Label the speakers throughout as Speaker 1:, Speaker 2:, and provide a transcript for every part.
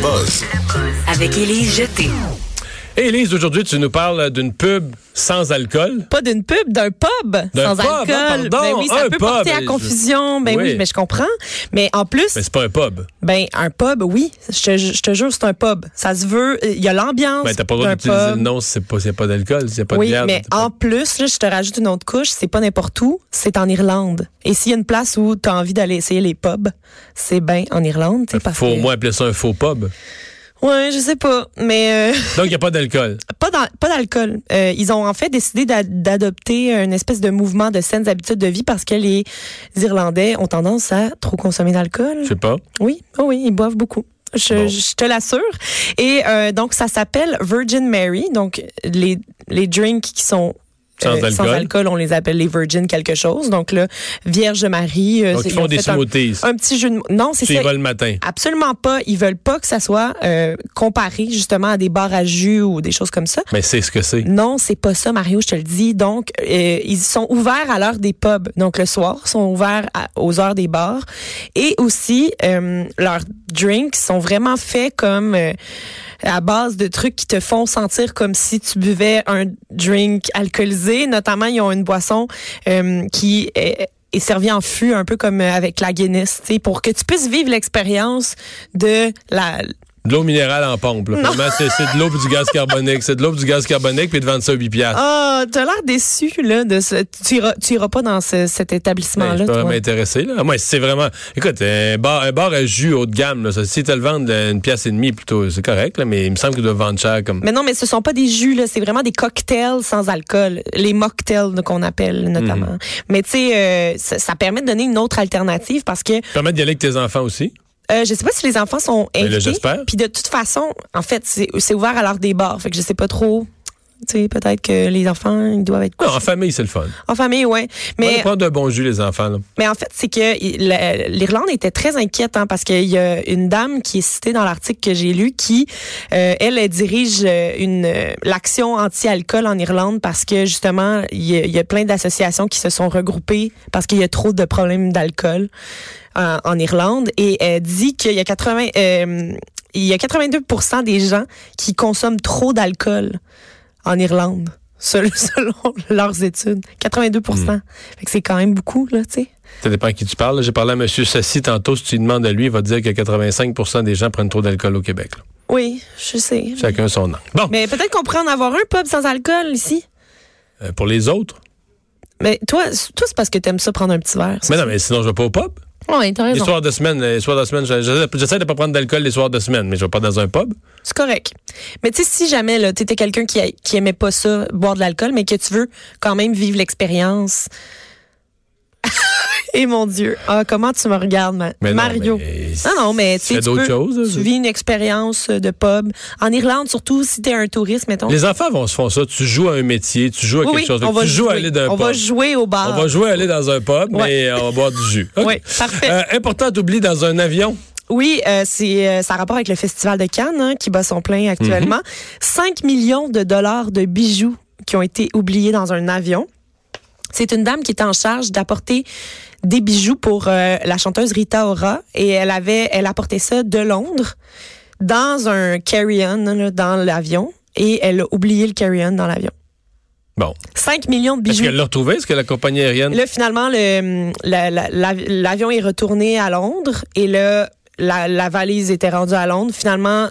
Speaker 1: buzz
Speaker 2: Avec Élise Jeté.
Speaker 3: Et Élise, aujourd'hui, tu nous parles d'une pub sans alcool.
Speaker 4: Pas d'une pub, d'un pub
Speaker 3: D'un
Speaker 4: sans
Speaker 3: pub, ah,
Speaker 4: alcool.
Speaker 3: pardon,
Speaker 4: ben oui, ça
Speaker 3: un
Speaker 4: peut
Speaker 3: pub,
Speaker 4: porter à
Speaker 3: je-
Speaker 4: confusion. Ben oui.
Speaker 3: Oui.
Speaker 4: mais je comprends. Mais en plus,
Speaker 3: Mais c'est pas un pub.
Speaker 4: ben un pub, oui, je te, je te jure, c'est un pub. Ça se veut, il y a l'ambiance.
Speaker 3: Ben, t'as pas le droit
Speaker 4: d'un
Speaker 3: d'utiliser le
Speaker 4: pub.
Speaker 3: nom si c'est pas, s'il y a pas d'alcool, s'il y a pas de
Speaker 4: Oui,
Speaker 3: bière.
Speaker 4: mais
Speaker 3: c'est pas-
Speaker 4: en plus, là, je te rajoute une autre couche, c'est pas n'importe où, c'est en Irlande. Et s'il y a une place où tu as envie d'aller essayer les pubs, c'est bien en Irlande. tu sais, parce
Speaker 3: Faut au
Speaker 4: que-
Speaker 3: moins appeler ça un faux pub.
Speaker 4: Ouais, je sais pas, mais... euh,
Speaker 3: Donc, il n'y a pas d'alcool.
Speaker 4: pas d'al- pas d'alcool. Euh, ils ont en fait décidé d'a- d'adopter une espèce de mouvement de saines habitudes de vie parce que les Irlandais ont tendance à trop consommer d'alcool.
Speaker 3: Je sais pas.
Speaker 4: Oui, oh oui, ils boivent beaucoup. Je,
Speaker 3: Bon.
Speaker 4: je te l'assure. Et euh, donc, ça s'appelle Virgin Mary. Donc, les, les drinks qui sont euh,
Speaker 3: Sans alcool.
Speaker 4: on les appelle les Virgin quelque chose. Donc, là, Vierge Marie. euh,
Speaker 3: Donc,
Speaker 4: c'est-
Speaker 3: ils font
Speaker 4: ont
Speaker 3: des
Speaker 4: fait un-
Speaker 3: smoothies.
Speaker 4: Un, petit jeu de mots. Non, c'est
Speaker 3: Tu y
Speaker 4: ça.
Speaker 3: vas le matin.
Speaker 4: Absolument pas. Ils veulent pas que ça soit euh, comparé justement à des bars à jus ou des choses comme ça.
Speaker 3: Mais c'est ce que c'est.
Speaker 4: Non, c'est pas ça, Mario, je te le dis. Donc, euh, ils sont ouverts à l'heure des pubs. Donc, le soir, sont ouverts à- aux heures des bars. Et aussi, euh, leurs drinks sont vraiment faits comme euh, à base de trucs qui te font sentir comme si tu buvais un drink alcoolisé. Notamment, ils ont une boisson euh, qui est est servie en fût, un peu comme euh, avec la Guinness, tu sais, pour que tu puisses vivre l'expérience de la,
Speaker 3: De l'eau minérale en pompe. là. Finalement, c'est, c'est de l'eau puis du gaz carbonique. C'est de l'eau puis du gaz carbonique puis de vendre ça 8 piastres.
Speaker 4: Ah, t'as l'air déçu, là, de ce. Tu iras, tu iras pas dans ce- cet
Speaker 3: Ben, je
Speaker 4: établissement-là,
Speaker 3: peux
Speaker 4: toi.
Speaker 3: vraiment m'intéresser. Là. Moi, c'est vraiment. Écoute, un bar, un bar à jus haut de gamme, là, ça, si tu le vends une pièce et demie, plutôt, c'est correct, là, mais il me semble qu'ils doivent vendre cher comme.
Speaker 4: Mais non, mais ce sont pas des jus, là. C'est vraiment des cocktails sans alcool. Les mocktails, donc, qu'on appelle,
Speaker 3: Mhm.
Speaker 4: notamment. Mais, tu sais, euh, ça, ça permet de donner une autre alternative parce que,
Speaker 3: Permettre d'y aller avec tes enfants aussi.
Speaker 4: euh, je sais pas si les enfants sont
Speaker 3: là,
Speaker 4: invités.
Speaker 3: j'espère.
Speaker 4: Puis, de toute façon, en fait, c'est c'est ouvert à l'heure des bars. Fait que je sais pas trop. Tu sais, peut-être que les enfants, ils doivent être.
Speaker 3: Non, en famille, c'est le fun.
Speaker 4: En famille, ouais.
Speaker 3: Mais...
Speaker 4: Mais.
Speaker 3: prendre un bon jus, les enfants. là.
Speaker 4: Mais en fait, c'est que il- la- l'Irlande était très inquiète hein, parce qu'il y a une dame qui est citée dans l'article que j'ai lu qui, euh, elle, elle dirige euh, une euh, l'action anti-alcool en Irlande parce que justement, il y, a- il y a plein d'associations qui se sont regroupées parce qu'il y a trop de problèmes d'alcool en, en Irlande et elle dit qu'il y a 80 euh, il y a 82% des gens qui consomment trop d'alcool en Irlande. Selon, selon leurs études, 82%. Fait que c'est quand même beaucoup, là, tu sais.
Speaker 3: Ça dépend à qui tu parles. là. J'ai parlé à M. Sassi tantôt. Si tu lui demandes à lui, il va te dire que 85 des gens prennent trop d'alcool au Québec. là.
Speaker 4: Oui, je sais.
Speaker 3: Chacun son angle. Bon,
Speaker 4: Mais peut-être qu'on pourrait en avoir un pub sans alcool ici.
Speaker 3: euh, pour les autres.
Speaker 4: Mais toi, c- toi c'est parce que t'aimes ça prendre un petit verre.
Speaker 3: Mais non, mais sinon, je vais pas au pub.
Speaker 4: Oui, t'as
Speaker 3: Les
Speaker 4: raison.
Speaker 3: soirs de semaine, les soirs de semaine, j'essaie de- j'essaie de pas prendre d'alcool les soirs de semaine, mais je vais pas dans un pub.
Speaker 4: C'est correct. Mais tu sais, si jamais là, t'étais quelqu'un qui, a- qui aimait pas ça, boire de l'alcool, mais que tu veux quand même vivre l'expérience. Et mon Dieu, ah, comment tu me regardes, ma-
Speaker 3: Mais non,
Speaker 4: Mario.
Speaker 3: mais-
Speaker 4: non, non, mais tu
Speaker 3: fais
Speaker 4: sais, tu,
Speaker 3: d'autres
Speaker 4: peux-
Speaker 3: choses, là,
Speaker 4: tu
Speaker 3: je-
Speaker 4: vis une expérience euh, de pub. En Irlande, surtout, si t'es un touriste, mettons.
Speaker 3: Les enfants vont se font ça. Tu joues à un métier, tu joues à
Speaker 4: Oui,
Speaker 3: quelque
Speaker 4: oui,
Speaker 3: chose.
Speaker 4: on
Speaker 3: Donc,
Speaker 4: va
Speaker 3: tu joues à
Speaker 4: jouer.
Speaker 3: aller d'un
Speaker 4: On
Speaker 3: pub.
Speaker 4: va jouer au bar.
Speaker 3: On va jouer à aller dans un pub,
Speaker 4: Ouais.
Speaker 3: mais on va boire du jus. OK.
Speaker 4: Ouais, parfait.
Speaker 3: Euh, important d'oublier dans un avion.
Speaker 4: Oui, euh, c'est euh, ça a rapport avec le festival de Cannes hein, qui bat son plein actuellement. 5 millions de dollars de bijoux qui ont été oubliés dans un avion. C'est une dame qui était en charge d'apporter des bijoux pour euh, la chanteuse Rita Ora et elle avait elle apportait ça de Londres dans un carry-on là, dans l'avion et elle a oublié le carry-on dans l'avion.
Speaker 3: Bon.
Speaker 4: 5 millions de
Speaker 3: Est-ce
Speaker 4: bijoux.
Speaker 3: qu'elle l'a retrouvé? Est-ce que la compagnie aérienne.
Speaker 4: Là, finalement, le, hum, la- la- la- l'avion est retourné à Londres et là, la, la valise était rendue à Londres. Finalement,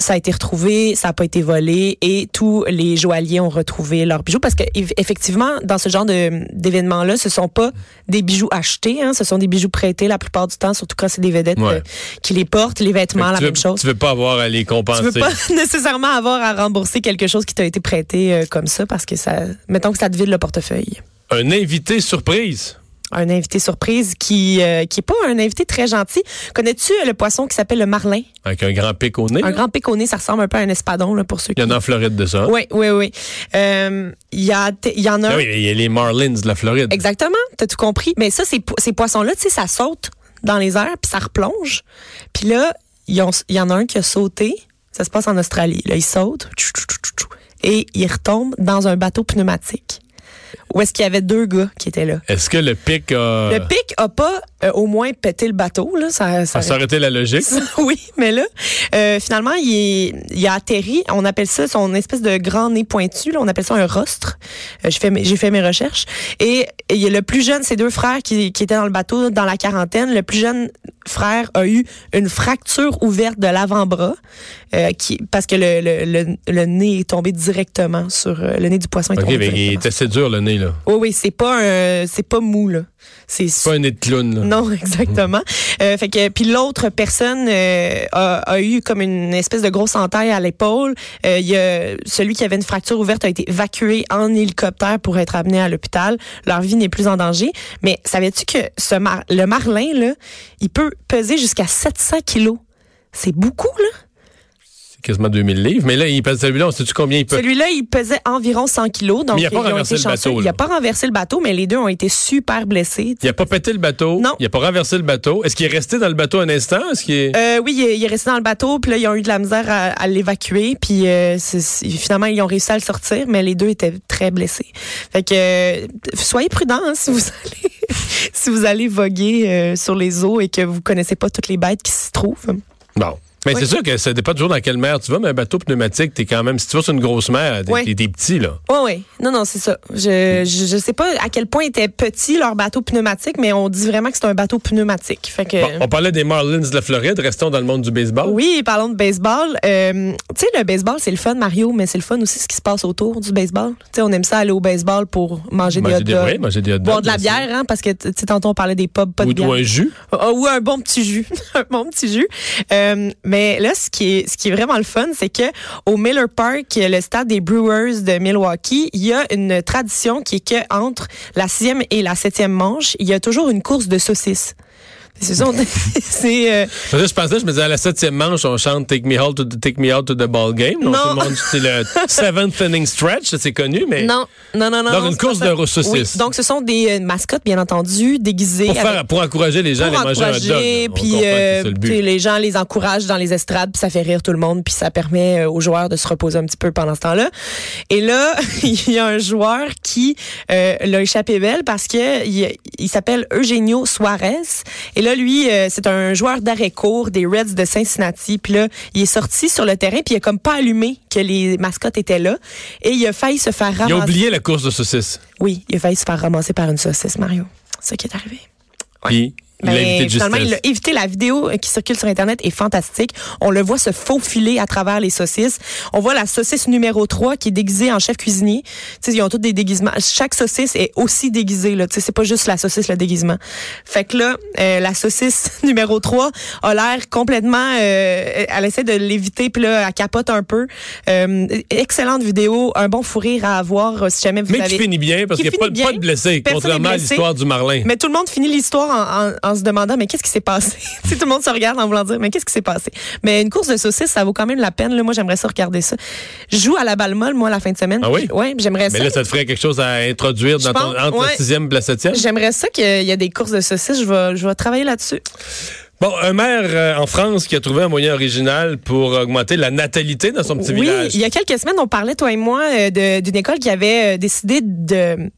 Speaker 4: ça a été retrouvé, ça n'a pas été volé et tous les joailliers ont retrouvé leurs bijoux parce que eff- effectivement, dans ce genre de- d'événements-là, ce sont pas des bijoux achetés, hein, ce sont des bijoux prêtés la plupart du temps, surtout quand c'est des vedettes
Speaker 3: Ouais.
Speaker 4: euh, qui les portent, les
Speaker 3: Fait que
Speaker 4: vêtements, la
Speaker 3: tu veux,
Speaker 4: même chose.
Speaker 3: Tu veux pas avoir à les
Speaker 4: Tu
Speaker 3: compenser.
Speaker 4: veux pas nécessairement avoir à rembourser quelque chose qui t'a été prêté euh, comme ça parce que ça, mettons que ça te vide le portefeuille
Speaker 3: Un invité surprise.
Speaker 4: un invité surprise qui euh, qui est pas un invité très gentil. Connais-tu euh, le poisson qui s'appelle le marlin
Speaker 3: Avec un grand pic au nez.
Speaker 4: Un grand piconné, ça ressemble un peu à un espadon là pour ceux qui.
Speaker 3: Il y en a en Floride de ça. hein?
Speaker 4: Oui, oui, oui. Euh, Il y a t- il y en a.
Speaker 3: Ah oui, il y a les Marlins de la Floride.
Speaker 4: Exactement, t'as tout compris. Mais ça, ces, po- ces poissons-là, tu sais, ça saute dans les airs puis ça replonge. Puis là, ils ont- il y en a un qui a sauté. Ça se passe en Australie. Là, il saute tchou, tchou, tchou, tchou, tchou, et il retombe dans un bateau pneumatique. où est-ce qu'il y avait deux gars qui étaient là.
Speaker 3: Est-ce que le pic a...
Speaker 4: Le pic a pas euh, au moins pété le bateau, là. Ça, ça-
Speaker 3: Ah, ça aurait été la logique.
Speaker 4: oui, mais là, euh, finalement, il, est- il a atterri. On appelle ça son espèce de grand nez pointu. là, on appelle ça un rostre. Euh, j'ai, fait, mes- j'ai fait mes recherches. Et, et il est le plus jeune, ses deux frères qui, qui étaient dans le bateau, dans la quarantaine, le plus jeune frère a eu une fracture ouverte de l'avant-bras euh, qui, parce que le, le, le, le nez est tombé directement sur... euh, le nez du poisson est
Speaker 3: OK,
Speaker 4: tombé
Speaker 3: mais il
Speaker 4: directement
Speaker 3: était assez dur, le nez, là.
Speaker 4: oui, oui, c'est pas un, c'est pas mou là. C'est
Speaker 3: C'est pas un nez de clown, là.
Speaker 4: non, exactement. Euh, fait que puis l'autre personne euh, a, a eu comme une espèce de grosse entaille à l'épaule. Euh, Il y a celui qui avait une fracture ouverte a été évacué en hélicoptère pour être amené à l'hôpital. Leur vie n'est plus en danger. Mais savais-tu que ce mar- le marlin là, il peut peser jusqu'à 700 kilos. C'est beaucoup là.
Speaker 3: C'est quasiment 2000 livres. Mais là, il pèse celui-là, on sait-tu combien il peut?
Speaker 4: Celui-là, il pesait environ 100 kilos, donc
Speaker 3: Mais il a pas
Speaker 4: ils ont
Speaker 3: renversé
Speaker 4: été
Speaker 3: le bateau,
Speaker 4: chanceux. Il
Speaker 3: là.
Speaker 4: a pas renversé le bateau, mais les deux ont été super blessés.
Speaker 3: Il a pas pété le bateau.
Speaker 4: Non.
Speaker 3: Il a pas renversé le bateau. Est-ce qu'il est resté dans le bateau un instant? Est-ce qu'il est...
Speaker 4: Euh, oui, il est, il est resté dans le bateau, puis là, ils ont eu de la misère à, à l'évacuer, puis euh, c'est- c'est- finalement, ils ont réussi à le sortir, mais les deux étaient très blessés. Fait que, euh, soyez prudents hein, si vous allez si vous allez voguer euh, sur les eaux et que vous connaissez pas toutes les bêtes qui s'y trouvent.
Speaker 3: Bon. Mais
Speaker 4: Euh, Oui.
Speaker 3: c'est sûr que ça dépend toujours dans quelle mer tu vas, mais un bateau pneumatique, t'es quand même, si tu vas sur une grosse mer, t'es
Speaker 4: Oui.
Speaker 3: t'es- t'es petit, là.
Speaker 4: Oui, oui. Non, non, c'est ça. Je, je, je sais pas à quel point était petit leur bateau pneumatique, mais on dit vraiment que c'est un bateau pneumatique. Fait que...
Speaker 3: Bon, on parlait des Marlins de la Floride, restons dans le monde du baseball.
Speaker 4: Oui, parlons de baseball. Euh, tu sais, le baseball, c'est le fun, Mario, mais c'est le fun aussi ce qui se passe autour du baseball. Tu sais, on aime ça aller au baseball pour manger,
Speaker 3: Manger
Speaker 4: des
Speaker 3: des-
Speaker 4: hot dogs.
Speaker 3: oui, manger des hot
Speaker 4: Boire de la
Speaker 3: dogs, bien sûr.
Speaker 4: bière, hein, parce que, tu sais, tantôt, on parlait des pubs, pas
Speaker 3: Ou,
Speaker 4: de
Speaker 3: ou
Speaker 4: bière.
Speaker 3: un jus.
Speaker 4: Ah oui, un bon petit jus, un bon petit jus. Euh, mais là, ce qui est ce qui est vraiment le fun, c'est que au Miller Park, le stade des Brewers de Milwaukee, il y a une tradition qui est que entre la sixième et la septième manche, il y a toujours une course de saucisses. C'est ça, on- c'est euh,
Speaker 3: Parce que je pensais, je me disais, à la septième manche, on chante Take Me Out to the, take me out to the ball game. Donc,
Speaker 4: Non.
Speaker 3: tout le monde, c'est le seventh inning stretch, ça, c'est connu, mais
Speaker 4: Non, non, non, non.
Speaker 3: Donc,
Speaker 4: non,
Speaker 3: une
Speaker 4: c'est
Speaker 3: course
Speaker 4: pas ça.
Speaker 3: de saucisses.
Speaker 4: Oui, donc, ce sont des euh, mascottes, bien entendu, déguisées.
Speaker 3: pour,
Speaker 4: avec-
Speaker 3: faire, pour encourager les gens
Speaker 4: pour
Speaker 3: à aller manger un hot dog.
Speaker 4: encourager,
Speaker 3: là. On
Speaker 4: puis
Speaker 3: comprend que
Speaker 4: euh,
Speaker 3: c'est ça le
Speaker 4: tu sais,
Speaker 3: but.
Speaker 4: les gens les encouragent dans les estrades, puis ça fait rire tout le monde, puis ça permet euh, aux joueurs de se reposer un petit peu pendant ce temps-là. Et là, il y a un joueur qui euh, l'a échappé belle parce que il, il s'appelle Eugenio Suarez. Et là, lui, euh, c'est un joueur d'arrêt court des Reds de Cincinnati. Puis là, il est sorti sur le terrain, puis il a comme pas allumé que les mascottes étaient là, et il a failli se faire
Speaker 3: Ils ont
Speaker 4: ramasser.
Speaker 3: oublié la course de saucisses.
Speaker 4: Oui, il a failli se faire ramasser par une saucisse, Mario. C'est ça qui est arrivé.
Speaker 3: Puis, il l'a
Speaker 4: Ben,
Speaker 3: évité de
Speaker 4: finalement, il
Speaker 3: justesse.
Speaker 4: l'a évité. La vidéo euh, qui circule sur Internet est fantastique. On le voit se faufiler à travers les saucisses. On voit la saucisse numéro 3 qui est déguisée en chef cuisinier. Tu sais, ils ont tous des déguisements. Chaque saucisse est aussi déguisée. Là. Tu sais, c'est pas juste la saucisse, le déguisement. Fait que là, euh, la saucisse numéro 3 a l'air complètement... euh, elle essaie de l'éviter, puis là, elle capote un peu. Euh, excellente vidéo. Un bon fou rire à avoir euh, si jamais vous
Speaker 3: Mais
Speaker 4: avez...
Speaker 3: qui finit bien, parce
Speaker 4: qui
Speaker 3: qu'il n'y a pas,
Speaker 4: finit
Speaker 3: pas de
Speaker 4: bien.
Speaker 3: blessé,
Speaker 4: Personne
Speaker 3: contrairement
Speaker 4: n'est
Speaker 3: à
Speaker 4: blessé.
Speaker 3: l'histoire du Marlin.
Speaker 4: Mais tout le monde finit l'histoire en, en- en se demandant mais qu'est-ce qui s'est passé. Tu sais, tout le monde se regarde en voulant dire mais qu'est-ce qui s'est passé. Mais une course de saucisses, ça vaut quand même la peine. Là. Moi, j'aimerais ça regarder ça. Je joue à la balle molle moi la fin de semaine.
Speaker 3: Ah oui?
Speaker 4: Ouais, j'aimerais
Speaker 3: Mais
Speaker 4: ça.
Speaker 3: là, ça te ferait quelque chose à introduire
Speaker 4: Je
Speaker 3: dans ton,
Speaker 4: pense,
Speaker 3: entre la
Speaker 4: ouais.
Speaker 3: sixième et la septième?
Speaker 4: J'aimerais ça qu'il y ait des courses de saucisses. Je vais, je vais travailler là-dessus.
Speaker 3: Bon, un maire euh, en France qui a trouvé un moyen original pour augmenter la natalité dans son petit
Speaker 4: Oui,
Speaker 3: village.
Speaker 4: il y a quelques semaines, on parlait, toi et moi, euh, de- d'une école qui avait euh, décidé de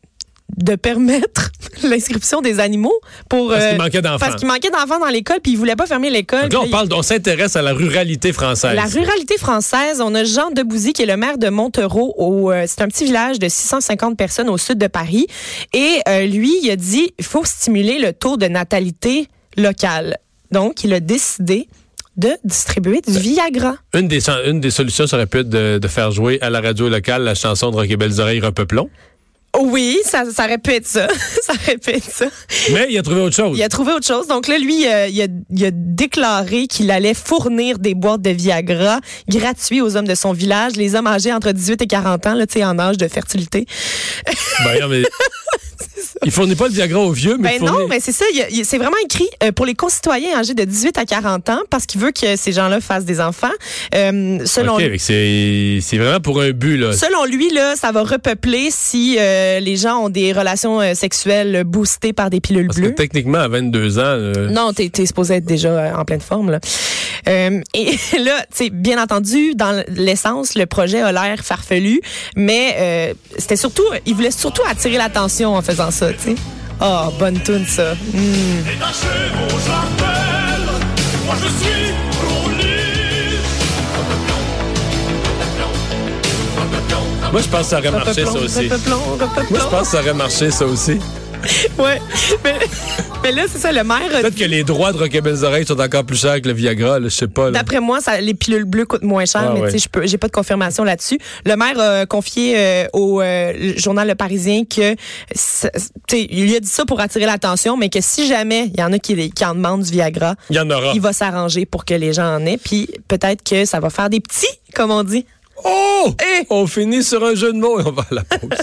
Speaker 4: de permettre l'inscription des animaux pour
Speaker 3: Parce qu'il
Speaker 4: euh,
Speaker 3: manquait d'enfants.
Speaker 4: parce qu'il manquait d'enfants dans l'école puis ils voulaient pas fermer l'école
Speaker 3: Donc là,
Speaker 4: Puis
Speaker 3: on parle, on s'intéresse à la ruralité française.
Speaker 4: La ruralité française, on a Jean Debouzy qui est le maire de Montereau. Au, euh, c'est un petit village de 650 personnes au sud de Paris. Et euh, lui, il a dit il faut stimuler le taux de natalité locale. Donc, il a décidé de distribuer du Viagra.
Speaker 3: Une des, chan- une des solutions, ça aurait pu être de, de faire jouer à la radio locale la chanson de Rock et Belles Oreilles Repeuplons.
Speaker 4: Oh Oui, ça, ça répète ça. ça répète ça.
Speaker 3: Mais il a trouvé autre chose.
Speaker 4: Il a trouvé autre chose. Donc là, lui, euh, il, a, il a déclaré qu'il allait fournir des boîtes de Viagra gratuits aux hommes de son village, les hommes âgés entre 18 et 40 ans, là, tu sais, en âge de fertilité.
Speaker 3: Ben, non, mais- il fournit pas le Viagra aux vieux, mais
Speaker 4: Ben
Speaker 3: il fournit...
Speaker 4: non, mais c'est ça. il y a- il- C'est vraiment écrit euh, pour les concitoyens âgés de 18 à 40 ans parce qu'il veut que ces gens-là fassent des enfants. Euh, selon
Speaker 3: OK, fait que c'est c'est vraiment pour un but, là.
Speaker 4: Selon lui, là, ça va repeupler si euh, les gens ont des relations euh, sexuelles boostées par des pilules
Speaker 3: Parce que
Speaker 4: bleues.
Speaker 3: techniquement, à 22 ans, euh,
Speaker 4: Non, t'es t'es supposé être déjà euh, en pleine forme. Là. Euh, et là, tu sais, bien entendu, dans l'essence, le projet a l'air farfelu, mais euh, c'était surtout, il voulait surtout attirer l'attention en faisant ça, tu sais. Oh, bonne tune ça.
Speaker 1: Détaché au jardin, moi je suis Ronnie.
Speaker 3: Moi, je pense que ça aurait marché, ça
Speaker 4: Repeplons,
Speaker 3: aussi.
Speaker 4: repeplons, repeplons.
Speaker 3: Moi, je pense que ça aurait marché, ça aussi.
Speaker 4: Ouais. Mais, mais là, c'est ça, le maire a
Speaker 3: Peut-être que les droits de Rocket Belles Oreilles sont encore plus chers que le Viagra, là, je sais pas. là.
Speaker 4: D'après moi, ça, les pilules bleues coûtent moins cher,
Speaker 3: Ah
Speaker 4: mais
Speaker 3: ouais.
Speaker 4: tu sais, je peux- j'ai pas de confirmation là-dessus. Le maire a confié euh, au euh, le journal Le Parisien que, ça- tu sais, il lui a dit ça pour attirer l'attention, mais que si jamais il y en a qui, qui en demandent du Viagra,
Speaker 3: Il y en aura.
Speaker 4: il va s'arranger pour que les gens en aient, puis peut-être que ça va faire des petits, comme on dit.
Speaker 3: Oh!
Speaker 4: Eh!
Speaker 3: On finit sur un jeu de mots et on va à la pause.